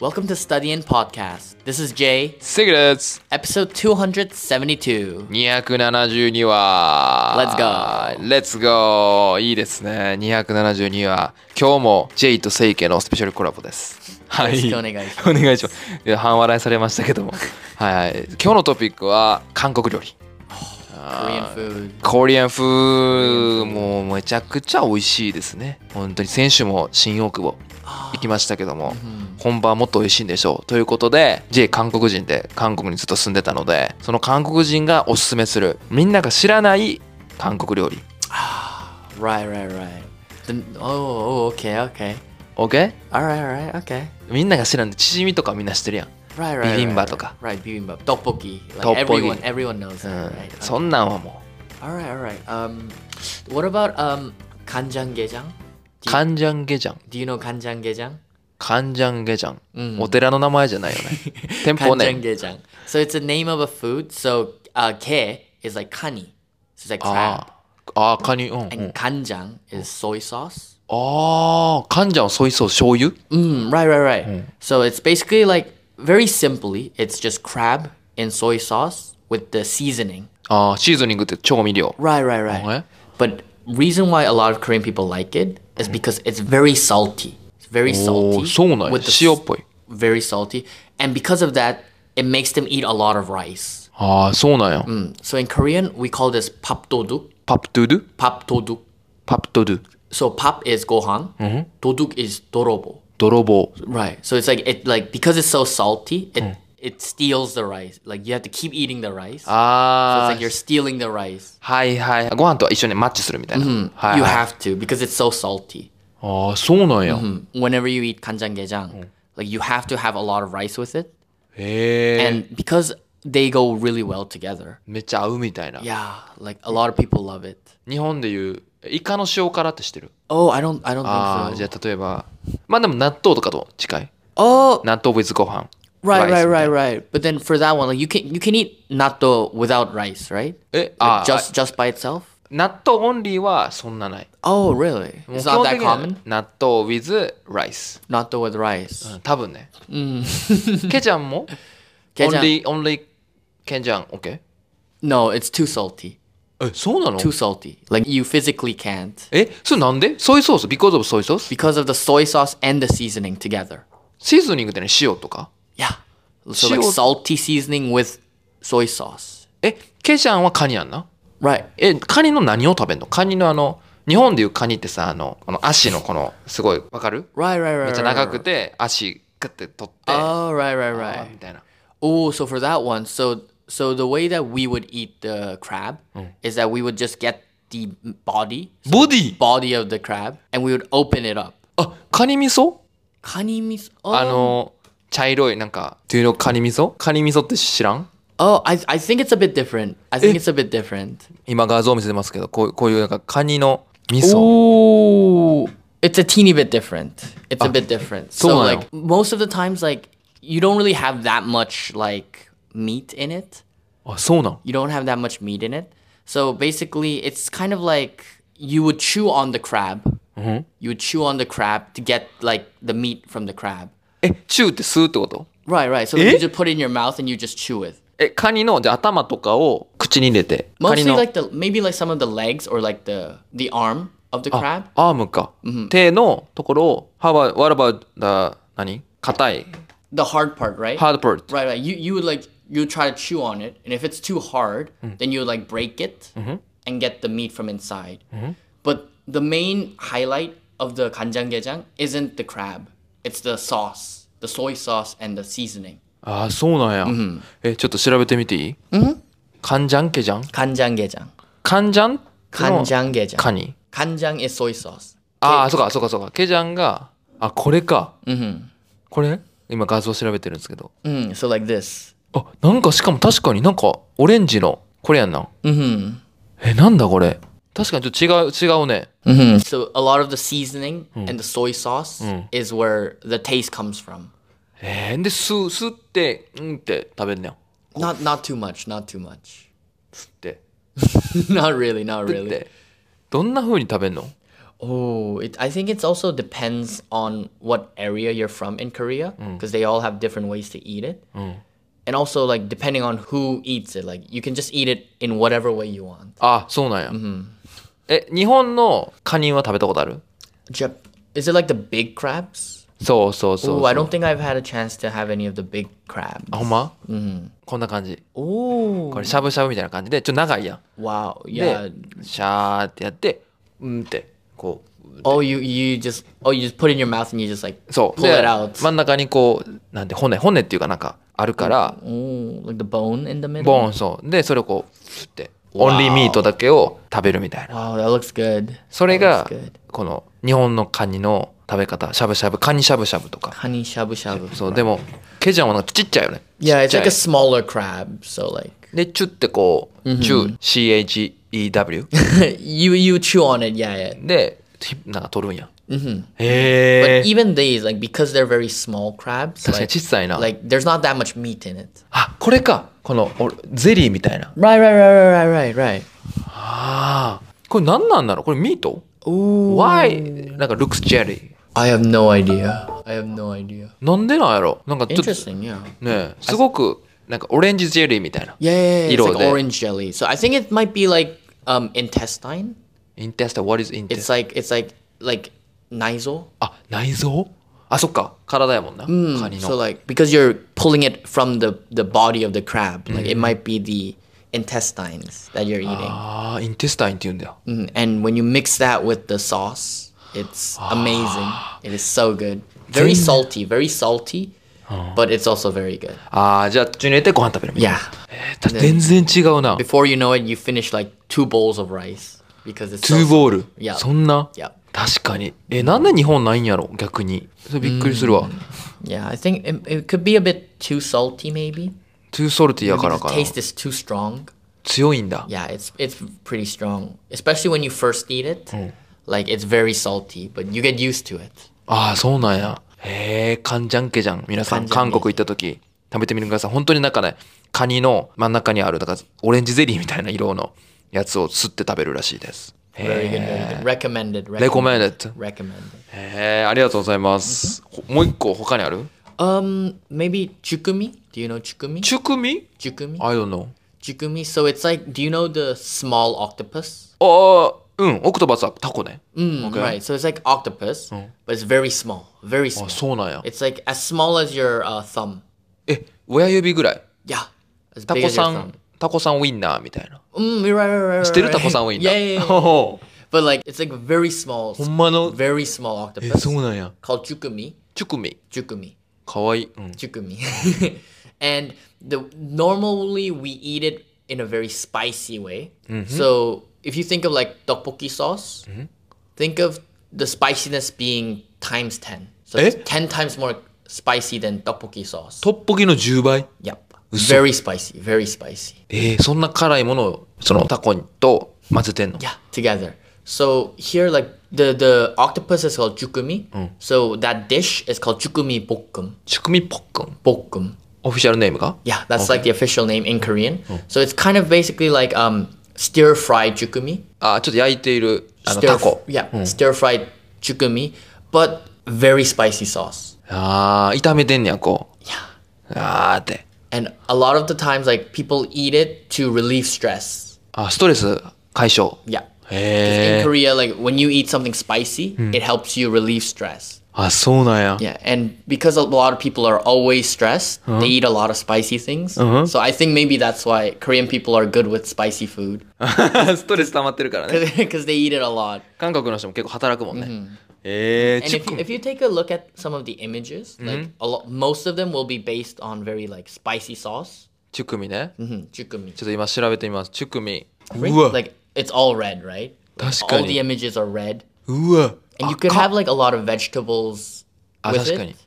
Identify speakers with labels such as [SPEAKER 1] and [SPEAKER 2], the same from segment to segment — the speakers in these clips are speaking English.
[SPEAKER 1] Welcome to Study and Podcast. This is Jay,
[SPEAKER 2] セグです。
[SPEAKER 1] episode 272.
[SPEAKER 2] 272話。
[SPEAKER 1] Let's go.
[SPEAKER 2] Let's go! いいですね。272話。今日も J とセイケのスペシャルコラボです。は
[SPEAKER 1] よろしくお願いします
[SPEAKER 2] お 願いします。いや半笑いされましたけども。はいはい。今日のトピックは韓国料理。
[SPEAKER 1] Uh, Korean food.
[SPEAKER 2] コリアン風もうめちゃくちゃ美味しいですね。本当に先週も新大久保行きましたけども。
[SPEAKER 1] うん
[SPEAKER 2] 本場はもっと美味しいんでしょうということで J 韓国人で韓国にずっと住んでたのでその韓国人がおすすめするみんなが知らない韓国料理
[SPEAKER 1] Right, right, right. Then, oh, oh, okay, okay.
[SPEAKER 2] OK?
[SPEAKER 1] Alright, alright, okay.
[SPEAKER 2] みんなが知らないチヂミとかみんな知ってるやん、
[SPEAKER 1] Right, right. right,
[SPEAKER 2] ビビンバとか。
[SPEAKER 1] Right, right, bibimbap. Tteokbokki. Like
[SPEAKER 2] Tteokbokki. Uh.
[SPEAKER 1] everyone, everyone knows
[SPEAKER 2] う
[SPEAKER 1] that,
[SPEAKER 2] ん
[SPEAKER 1] right? Uh,
[SPEAKER 2] そんなんはも
[SPEAKER 1] Alright, alright. Um, what about um, 간장게장?
[SPEAKER 2] うカンジャンゲジャン
[SPEAKER 1] Do you know 간장게장?
[SPEAKER 2] カンジャンゲジャン、
[SPEAKER 1] うん
[SPEAKER 2] お寺の名前じゃないよ ね店舗ね
[SPEAKER 1] 간장게장. So it's a name of a food. So uh, ke is like kani. So it's like crab.
[SPEAKER 2] あーあーカニうん、うん、あ
[SPEAKER 1] And kanjang is soy sauce.
[SPEAKER 2] あーカンジャンはソイソース醤油
[SPEAKER 1] Mm, right, right, right. So it's basically like very simply, it's just crab in soy sauce with the seasoning.
[SPEAKER 2] ああシーズニングって調味料
[SPEAKER 1] Right, right, right.
[SPEAKER 2] Okay.
[SPEAKER 1] But reason why a lot of Korean people like it is because it's very salty. It's very
[SPEAKER 2] お
[SPEAKER 1] salty.
[SPEAKER 2] ーそうなんや
[SPEAKER 1] with the
[SPEAKER 2] 塩っぽい
[SPEAKER 1] very salty. And because of that, it makes them eat a lot of rice.
[SPEAKER 2] ああそうなんや、
[SPEAKER 1] Mm. So in Korean, we call this papdoduk.
[SPEAKER 2] パプトゥドゥ
[SPEAKER 1] Papdoduk.
[SPEAKER 2] パプトゥドゥ
[SPEAKER 1] So pap is gohan. Doduk is dorobo.
[SPEAKER 2] 泥棒
[SPEAKER 1] Right. So it's like it like because it's so salty, it it steals the rice. Like you have to keep eating the rice. So
[SPEAKER 2] あ
[SPEAKER 1] it's
[SPEAKER 2] あ、
[SPEAKER 1] like you're stealing the rice.
[SPEAKER 2] はいはい。ご飯と一緒にマッチするみたいな。はい
[SPEAKER 1] You
[SPEAKER 2] はい、
[SPEAKER 1] have to because it's so salty.
[SPEAKER 2] ああ、そうなんや。
[SPEAKER 1] Whenever you eat kanjanggejang, like you have to have a lot of rice with it.
[SPEAKER 2] へえ。
[SPEAKER 1] And because they go really well together.
[SPEAKER 2] めっちゃ合うみたいな。
[SPEAKER 1] Yeah, like a lot of people love it.
[SPEAKER 2] 日本でいう、イカの塩辛って知ってる
[SPEAKER 1] Oh, I don't I don't
[SPEAKER 2] ああ、
[SPEAKER 1] think
[SPEAKER 2] じ
[SPEAKER 1] so.
[SPEAKER 2] ゃあ例えば、まあでも納豆とかと近い。
[SPEAKER 1] Oh,
[SPEAKER 2] 納豆 with ご飯。
[SPEAKER 1] right,
[SPEAKER 2] ラ
[SPEAKER 1] right,
[SPEAKER 2] イス
[SPEAKER 1] right, right. But then for that one, like you can you can eat natto without rice, right?
[SPEAKER 2] え、
[SPEAKER 1] Like
[SPEAKER 2] ああ、
[SPEAKER 1] just just by itself.
[SPEAKER 2] 納豆オンリーはそんなない。
[SPEAKER 1] Oh, really?
[SPEAKER 2] もう
[SPEAKER 1] It's not that common.
[SPEAKER 2] 基本的には納豆 with rice。
[SPEAKER 1] Natto with rice.
[SPEAKER 2] うん多分ね。ケジャン も
[SPEAKER 1] ケジャン
[SPEAKER 2] ?only, only ケジャン、OK?
[SPEAKER 1] No, it's too salty.
[SPEAKER 2] え、そうなの
[SPEAKER 1] Too salty. Like you physically can't
[SPEAKER 2] え、それなんでソイソース ?because of ソイソース
[SPEAKER 1] because of the soy sauce and the seasoning together.
[SPEAKER 2] シーズニングってね、塩とか
[SPEAKER 1] Yeah. So like
[SPEAKER 2] Shio-
[SPEAKER 1] salty seasoning with soy sauce.
[SPEAKER 2] え、ケジャンはカニやんな
[SPEAKER 1] Right.
[SPEAKER 2] え、カニの何を食べんのカニのあの、日本でいうカニってさ、あの、この足のこの、すごい、わかる
[SPEAKER 1] Right, right, right.
[SPEAKER 2] めっちゃ
[SPEAKER 1] right,
[SPEAKER 2] 長く
[SPEAKER 1] right.
[SPEAKER 2] て、足、グッて取って、
[SPEAKER 1] Oh, right, right,
[SPEAKER 2] あー
[SPEAKER 1] right.
[SPEAKER 2] みたいな。
[SPEAKER 1] Oh, so for that one, so so the way that we would eat the crab is that we would just get the body
[SPEAKER 2] ボディ
[SPEAKER 1] body of the crab and we would open it up.
[SPEAKER 2] あ、カニ味噌
[SPEAKER 1] Kani miso. Oh,
[SPEAKER 2] あの、茶色い、なんか、Do you know カニ味噌カニ味噌って知らん
[SPEAKER 1] oh I, I think it's a bit different. I think it's a bit different.
[SPEAKER 2] 今画像見せてますけど、こうこういうなんかカニの味噌。
[SPEAKER 1] Oh, it's a teeny bit different. It's a bit different. So,
[SPEAKER 2] so
[SPEAKER 1] like most of the times, like you don't really have that much like meat in it.
[SPEAKER 2] あ、そうなん。
[SPEAKER 1] You don't have that much meat in it. So basically, it's kind of like you would chew on the crab. You would chew on the crab to get like the meat from the crab.
[SPEAKER 2] え、チューって吸うってこと
[SPEAKER 1] Right, right. So like, you just put it in your mouth and you just chew it.
[SPEAKER 2] え、カニの、じゃあ頭とかを口に入れて、カ
[SPEAKER 1] Mostly
[SPEAKER 2] ニの
[SPEAKER 1] like the maybe like some of the legs or like the the arm of the crab.
[SPEAKER 2] アームか、手のところを How about, what about the 何硬い
[SPEAKER 1] The hard part, right?
[SPEAKER 2] hard part
[SPEAKER 1] Right, right. You you would like you would try to chew on it, and if it's too hard, then you would like break it and get the meat from inside. But the main highlight of the kanjanggejang isn't the crab; it's the sauce, the soy sauce, and the seasoning.
[SPEAKER 2] ああそうなんや、えちょっと調べてみていいカンジャンケジャン
[SPEAKER 1] Kanjanggejang.
[SPEAKER 2] カンジャンジャン
[SPEAKER 1] Kanjanggejang.
[SPEAKER 2] カニ
[SPEAKER 1] Kanjang is soy sauce.
[SPEAKER 2] ああそうかそうかそうかケジャンがあこれか、これ今画像調べてるんですけど
[SPEAKER 1] Mm, so like this.
[SPEAKER 2] あなんかしかも確かになんかオレンジのこれやんな、えなんだこれ確かにちょっと違う違うね
[SPEAKER 1] Mm, So a lot of the seasoning and the soy sauce is where the taste comes from.
[SPEAKER 2] えー、で吸う吸ってうんって食べんねん
[SPEAKER 1] Not not too much. Not too much.
[SPEAKER 2] 吸って
[SPEAKER 1] not really. Not
[SPEAKER 2] っ
[SPEAKER 1] really.
[SPEAKER 2] てどんな風に食べんの
[SPEAKER 1] Oh, Oh, it, I think it's also depends on what area you're from in Korea because they all have different ways to eat it. And also, like, depending on who eats it, like, you can just eat it in whatever way you want.
[SPEAKER 2] あそうなんや、え日本のカニは食べたことある
[SPEAKER 1] Jap- Is it like the big crabs?
[SPEAKER 2] そうそうそう
[SPEAKER 1] Oh,
[SPEAKER 2] そう
[SPEAKER 1] I don't think I've had a chance to have any of the big crabs.
[SPEAKER 2] あほんま、こんな感じ
[SPEAKER 1] Oh,
[SPEAKER 2] これしゃぶしゃぶみたいな感じでちょっと長いやん
[SPEAKER 1] wow.
[SPEAKER 2] で
[SPEAKER 1] Yeah.
[SPEAKER 2] シャーってやってうんってこう
[SPEAKER 1] Oh, you you just oh you just put it in your mouth and you just like
[SPEAKER 2] そう
[SPEAKER 1] pull
[SPEAKER 2] で
[SPEAKER 1] it out.
[SPEAKER 2] 真ん中にこうなんて骨骨っていうかなんかあるから、
[SPEAKER 1] Oh, like the bone in the middle.
[SPEAKER 2] ボーンそうでそれをこうふってオンリーミートだけを食べるみたいな
[SPEAKER 1] Wow, that looks good.
[SPEAKER 2] それ
[SPEAKER 1] That
[SPEAKER 2] が
[SPEAKER 1] looks good.
[SPEAKER 2] この日本のカニの食べ方しゃぶしゃぶカニしゃぶしゃぶとか
[SPEAKER 1] Honey shabu shabu.
[SPEAKER 2] そうでもケジャンはなんかちっちゃいよね
[SPEAKER 1] Yeah, it's
[SPEAKER 2] ちっ
[SPEAKER 1] like a
[SPEAKER 2] ちゃい
[SPEAKER 1] smaller crab. So like
[SPEAKER 2] でチュってこうチュ CHEW
[SPEAKER 1] you you chew on it. Yeah, yeah.
[SPEAKER 2] でひなんか取るんや
[SPEAKER 1] But
[SPEAKER 2] へえ
[SPEAKER 1] even these like because they're very small crabs.
[SPEAKER 2] 確かに
[SPEAKER 1] Like,
[SPEAKER 2] ちっさいな
[SPEAKER 1] like there's not that much meat in it.
[SPEAKER 2] あこれかこのおゼリーみたいな
[SPEAKER 1] Right, right, right, right, right, right, right.
[SPEAKER 2] あーこれ何なんだろうこれミート
[SPEAKER 1] Ooh.
[SPEAKER 2] ?Why? なんか looks jelly
[SPEAKER 1] I have no idea. I have no idea.
[SPEAKER 2] なんでなんやろなんかちょっと
[SPEAKER 1] Interesting. Yeah.
[SPEAKER 2] ねえすごくなんかオレンジジェリーみたいな
[SPEAKER 1] Yeah, yeah, yeah, it's
[SPEAKER 2] 色
[SPEAKER 1] like
[SPEAKER 2] で
[SPEAKER 1] orange jelly. So I think it might be like um intestine.
[SPEAKER 2] インテスタ what is インテ
[SPEAKER 1] It's
[SPEAKER 2] ス
[SPEAKER 1] like it's like like nasal.
[SPEAKER 2] タあ内臓あそっか体やもんなカニ
[SPEAKER 1] Mm, So
[SPEAKER 2] の
[SPEAKER 1] like because you're pulling it from the the body of the crab, like it might be the intestines that you're eating.
[SPEAKER 2] ああインテスタインって言うんだよ
[SPEAKER 1] Mm, And when you mix that with the sauce, it's amazing. It is so good. Very salty, very salty, but it's also very good.
[SPEAKER 2] ああじゃあ口に入れてご飯食べるみたい
[SPEAKER 1] Yeah.
[SPEAKER 2] なえーた全然違うな
[SPEAKER 1] Before you know it, you finish like two bowls of rice because it's
[SPEAKER 2] ツー
[SPEAKER 1] so-
[SPEAKER 2] ボール
[SPEAKER 1] Yeah.
[SPEAKER 2] そんな
[SPEAKER 1] Yeah.
[SPEAKER 2] 確かにえなんで日本ないんやろ逆にそれびっくりするわ
[SPEAKER 1] Yeah, I think it, it could be a bit too salty maybe.
[SPEAKER 2] トゥーソルティやから
[SPEAKER 1] Because
[SPEAKER 2] か
[SPEAKER 1] the
[SPEAKER 2] な
[SPEAKER 1] taste is too strong.
[SPEAKER 2] 強いんだ
[SPEAKER 1] Yeah, it's it's pretty strong, especially when you first eat it. Like it's very salty, but you get used to it.
[SPEAKER 2] ああそうなんやへえカンジャンケジャン皆さん
[SPEAKER 1] カンジャンケジャン
[SPEAKER 2] 韓国行った時食べてみてください本当になんかねカニの真ん中にあるだからオレンジゼリーみたいな色のやつを吸って食べるらしいです
[SPEAKER 1] Very
[SPEAKER 2] へ
[SPEAKER 1] good, very good. Recommended.
[SPEAKER 2] Recommended.
[SPEAKER 1] Recommended.
[SPEAKER 2] えありがとうございますほもう一個他にある
[SPEAKER 1] Um, maybe chukumi. Do you know chukumi?
[SPEAKER 2] チュクミ
[SPEAKER 1] Chukumi.
[SPEAKER 2] I don't know
[SPEAKER 1] Chukumi. So it's like, do you know the small octopus?
[SPEAKER 2] ああうんオクトバスはタコね
[SPEAKER 1] Mm, Right. So it's like octopus, but it's very small. Very
[SPEAKER 2] あ
[SPEAKER 1] small.
[SPEAKER 2] そうなんや
[SPEAKER 1] It's like as small as your uh, thumb.
[SPEAKER 2] え親指ぐらい
[SPEAKER 1] Yeah. As
[SPEAKER 2] タ
[SPEAKER 1] big
[SPEAKER 2] コ
[SPEAKER 1] as
[SPEAKER 2] さ
[SPEAKER 1] your thumb.
[SPEAKER 2] んタコさんウインナーみたいな
[SPEAKER 1] Mm, right, right, right, right,
[SPEAKER 2] 知ってる
[SPEAKER 1] right.
[SPEAKER 2] タコさんウイン ナ
[SPEAKER 1] Yeah,
[SPEAKER 2] ー
[SPEAKER 1] yeah, yeah.
[SPEAKER 2] ほ ほ
[SPEAKER 1] But like it's like very small,
[SPEAKER 2] ほんまの
[SPEAKER 1] very small
[SPEAKER 2] え
[SPEAKER 1] octopus
[SPEAKER 2] そうなんや
[SPEAKER 1] called chukumi,
[SPEAKER 2] チュクミ
[SPEAKER 1] chukumi,
[SPEAKER 2] かわいい、うん、
[SPEAKER 1] chukumi. and the normally we eat it in a very spicy way. So if you think of like tteokbokki sauce, think of the spiciness being times ten. So it's
[SPEAKER 2] Eh?
[SPEAKER 1] ten times more spicy than tteokbokki sauce.
[SPEAKER 2] トッポギの10倍
[SPEAKER 1] Yep. Very spicy, very spicy.
[SPEAKER 2] えー、そんな辛いものをそのタコと混ぜてんの
[SPEAKER 1] Yeah, together. So here, like the the octopus is called chukumi. So that dish is called chukumi bokkum.
[SPEAKER 2] チュクミポックン
[SPEAKER 1] Bokkum.
[SPEAKER 2] オフィシャルネームが
[SPEAKER 1] Yeah, that's like the official name in Korean. So it's kind of basically like um stir fried chukumi.
[SPEAKER 2] あーちょっと焼いているあの
[SPEAKER 1] Stir
[SPEAKER 2] タコ
[SPEAKER 1] Yeah, stir fried chukumi, but very spicy sauce.
[SPEAKER 2] あー炒めてんねやこう
[SPEAKER 1] Yeah.
[SPEAKER 2] あーって
[SPEAKER 1] And a lot of the times, like people eat it to relieve stress.
[SPEAKER 2] あストレス解消
[SPEAKER 1] Yeah. In
[SPEAKER 2] へえ
[SPEAKER 1] Korea, like when you eat something spicy, it helps you relieve stress.
[SPEAKER 2] あそうなんや
[SPEAKER 1] Yeah, and because a lot of people are always stressed, they eat a lot of spicy things. So I think maybe that's why Korean people are good with spicy food
[SPEAKER 2] ストレス溜まってるからね
[SPEAKER 1] because they eat it a lot.
[SPEAKER 2] 韓国の人も結構働くもんね、えー、
[SPEAKER 1] And
[SPEAKER 2] チ
[SPEAKER 1] if,
[SPEAKER 2] ュク
[SPEAKER 1] if you take a look at some of the images, like a lot, most of them will be based on very like spicy sauce.
[SPEAKER 2] チュクミね、ちょ
[SPEAKER 1] Mm, chukumi.
[SPEAKER 2] っと今調べてみますチュクミ
[SPEAKER 1] Right?
[SPEAKER 2] うわ、
[SPEAKER 1] Like it's all red, right? Like,
[SPEAKER 2] 確か
[SPEAKER 1] all the
[SPEAKER 2] に
[SPEAKER 1] images are red.
[SPEAKER 2] うわ
[SPEAKER 1] And you could
[SPEAKER 2] 赤
[SPEAKER 1] have like a lot of vegetables
[SPEAKER 2] Ah,
[SPEAKER 1] with
[SPEAKER 2] 確かに。
[SPEAKER 1] it.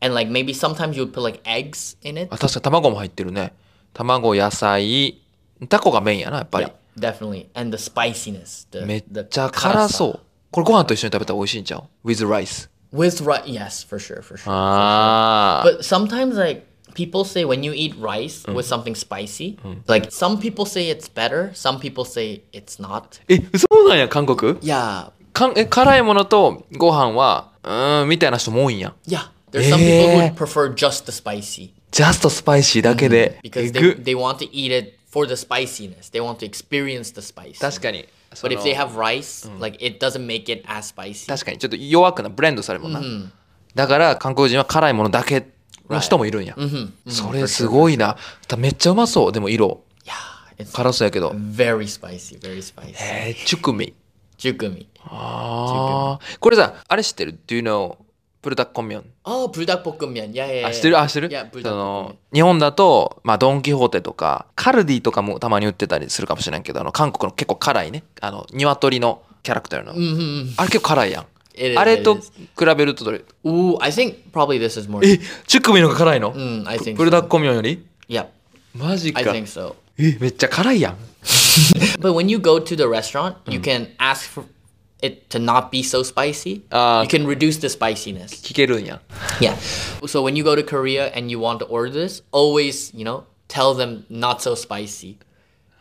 [SPEAKER 1] And like maybe sometimes you would put like eggs in it.
[SPEAKER 2] あ確かに卵も入ってるね卵野菜タコがメインやなやっぱり、
[SPEAKER 1] Yeah, definitely. And the spiciness. The,
[SPEAKER 2] めっ
[SPEAKER 1] the
[SPEAKER 2] ちゃ辛そ
[SPEAKER 1] karasa.
[SPEAKER 2] うこれご飯と一緒に食べたら美味しいんちゃう ?with rice
[SPEAKER 1] With rice, yes, for sure, for sure.
[SPEAKER 2] ああ
[SPEAKER 1] but sometimes, like, people say when you eat rice with something spicy, like, some people say it's better, some people say it's not.
[SPEAKER 2] えそうなんや韓国
[SPEAKER 1] Yeah,
[SPEAKER 2] かんえ辛いものとご飯はうーんみたいな人も多いんや
[SPEAKER 1] Yeah, there's some people who would
[SPEAKER 2] Yeah.
[SPEAKER 1] prefer just the spicy
[SPEAKER 2] ジャストスパイシーだけで、
[SPEAKER 1] because
[SPEAKER 2] え
[SPEAKER 1] they,
[SPEAKER 2] ぐ
[SPEAKER 1] they want to eat it for the spiciness. They want to experience the spice.
[SPEAKER 2] 確かにそ
[SPEAKER 1] But
[SPEAKER 2] の
[SPEAKER 1] if they have rice, like it doesn't make it as spicy.
[SPEAKER 2] 確かにちょっと弱くなブレンドされるもんな、だから韓国人は辛いものだけの人もいるんや、それすごいなめっちゃうまそうでも色
[SPEAKER 1] Yeah, it's
[SPEAKER 2] 辛そうやけど、
[SPEAKER 1] very spicy, very spicy.
[SPEAKER 2] えー、チュクミ
[SPEAKER 1] Jukumi.
[SPEAKER 2] あーこれさあれ知ってる Do you know プルタッコンミョン
[SPEAKER 1] Oh, 불닭 볶음면. Yeah, yeah.
[SPEAKER 2] あ、知ってるあ、知ってる
[SPEAKER 1] いや豚
[SPEAKER 2] その
[SPEAKER 1] と
[SPEAKER 2] 日本だと、まあ、ドン・キホーテとか、カルディとかもたまに売ってたりするかもしれんけど、あの、韓国の結構辛いね。あの、鶏のキャラクターの。あれ結構辛いやん
[SPEAKER 1] It。is,
[SPEAKER 2] あれと
[SPEAKER 1] it
[SPEAKER 2] 比べるとどれ
[SPEAKER 1] Ooh, I think probably this is more.
[SPEAKER 2] え、チュクミのが辛いの、
[SPEAKER 1] Mm, I think.
[SPEAKER 2] プル
[SPEAKER 1] So.
[SPEAKER 2] ダッコミョンより
[SPEAKER 1] Yep,
[SPEAKER 2] マジ
[SPEAKER 1] I
[SPEAKER 2] か。
[SPEAKER 1] think so.
[SPEAKER 2] え、めっちゃ辛いやん。
[SPEAKER 1] But when you go to the restaurant, you can ask for it to not be so spicy.
[SPEAKER 2] Ah.
[SPEAKER 1] you can reduce the spiciness.
[SPEAKER 2] 聞けるんや。
[SPEAKER 1] Yeah. So when you go to Korea and you want to order this, always, you know, tell them not so spicy.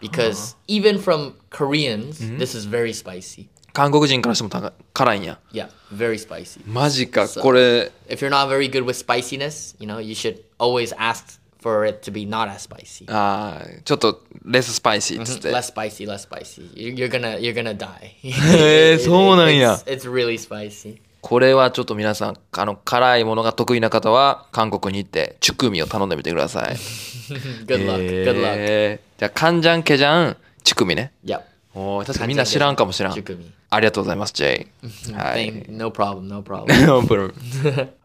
[SPEAKER 1] Because even from Koreans, this is very spicy.
[SPEAKER 2] 韓国人からしてもた辛いんや。
[SPEAKER 1] Yeah, very spicy.
[SPEAKER 2] マジか、これ、
[SPEAKER 1] If you're not very good with spiciness, you know, you should always ask for it to be not as spicy.
[SPEAKER 2] Uh, あーちょっとレススパイシーっつって。
[SPEAKER 1] less spicy, less spicy. You- You're gonna, you're gonna die.
[SPEAKER 2] へえ、そうなんや。
[SPEAKER 1] it's, it's really spicy.
[SPEAKER 2] これはちょっと皆さん、あの、辛いものが得意な方は、韓国に行って、チュクミを頼んでみてく ださい。
[SPEAKER 1] Good luck. Good luck.
[SPEAKER 2] えーじゃあ、カンジャンケジャン、チュクミね。
[SPEAKER 1] Yep.
[SPEAKER 2] おー確かにみんな知らんかもしらん。
[SPEAKER 1] チュクミ
[SPEAKER 2] ありがとうございます、ジェイ。はい。
[SPEAKER 1] Thank- no problem. No problem.
[SPEAKER 2] プロ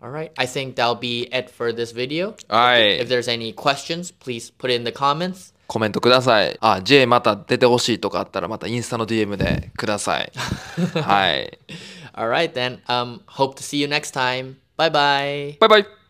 [SPEAKER 1] All right. I think that'll be it for this video.
[SPEAKER 2] は い
[SPEAKER 1] If there's any questions, please put it in the comments.
[SPEAKER 2] コメントください。あ、ジェイまた出てほしいとかあったら、またインスタの DM でく ださい。はい。
[SPEAKER 1] All right then. Um, hope to see you next time. Bye bye.
[SPEAKER 2] バイバイ。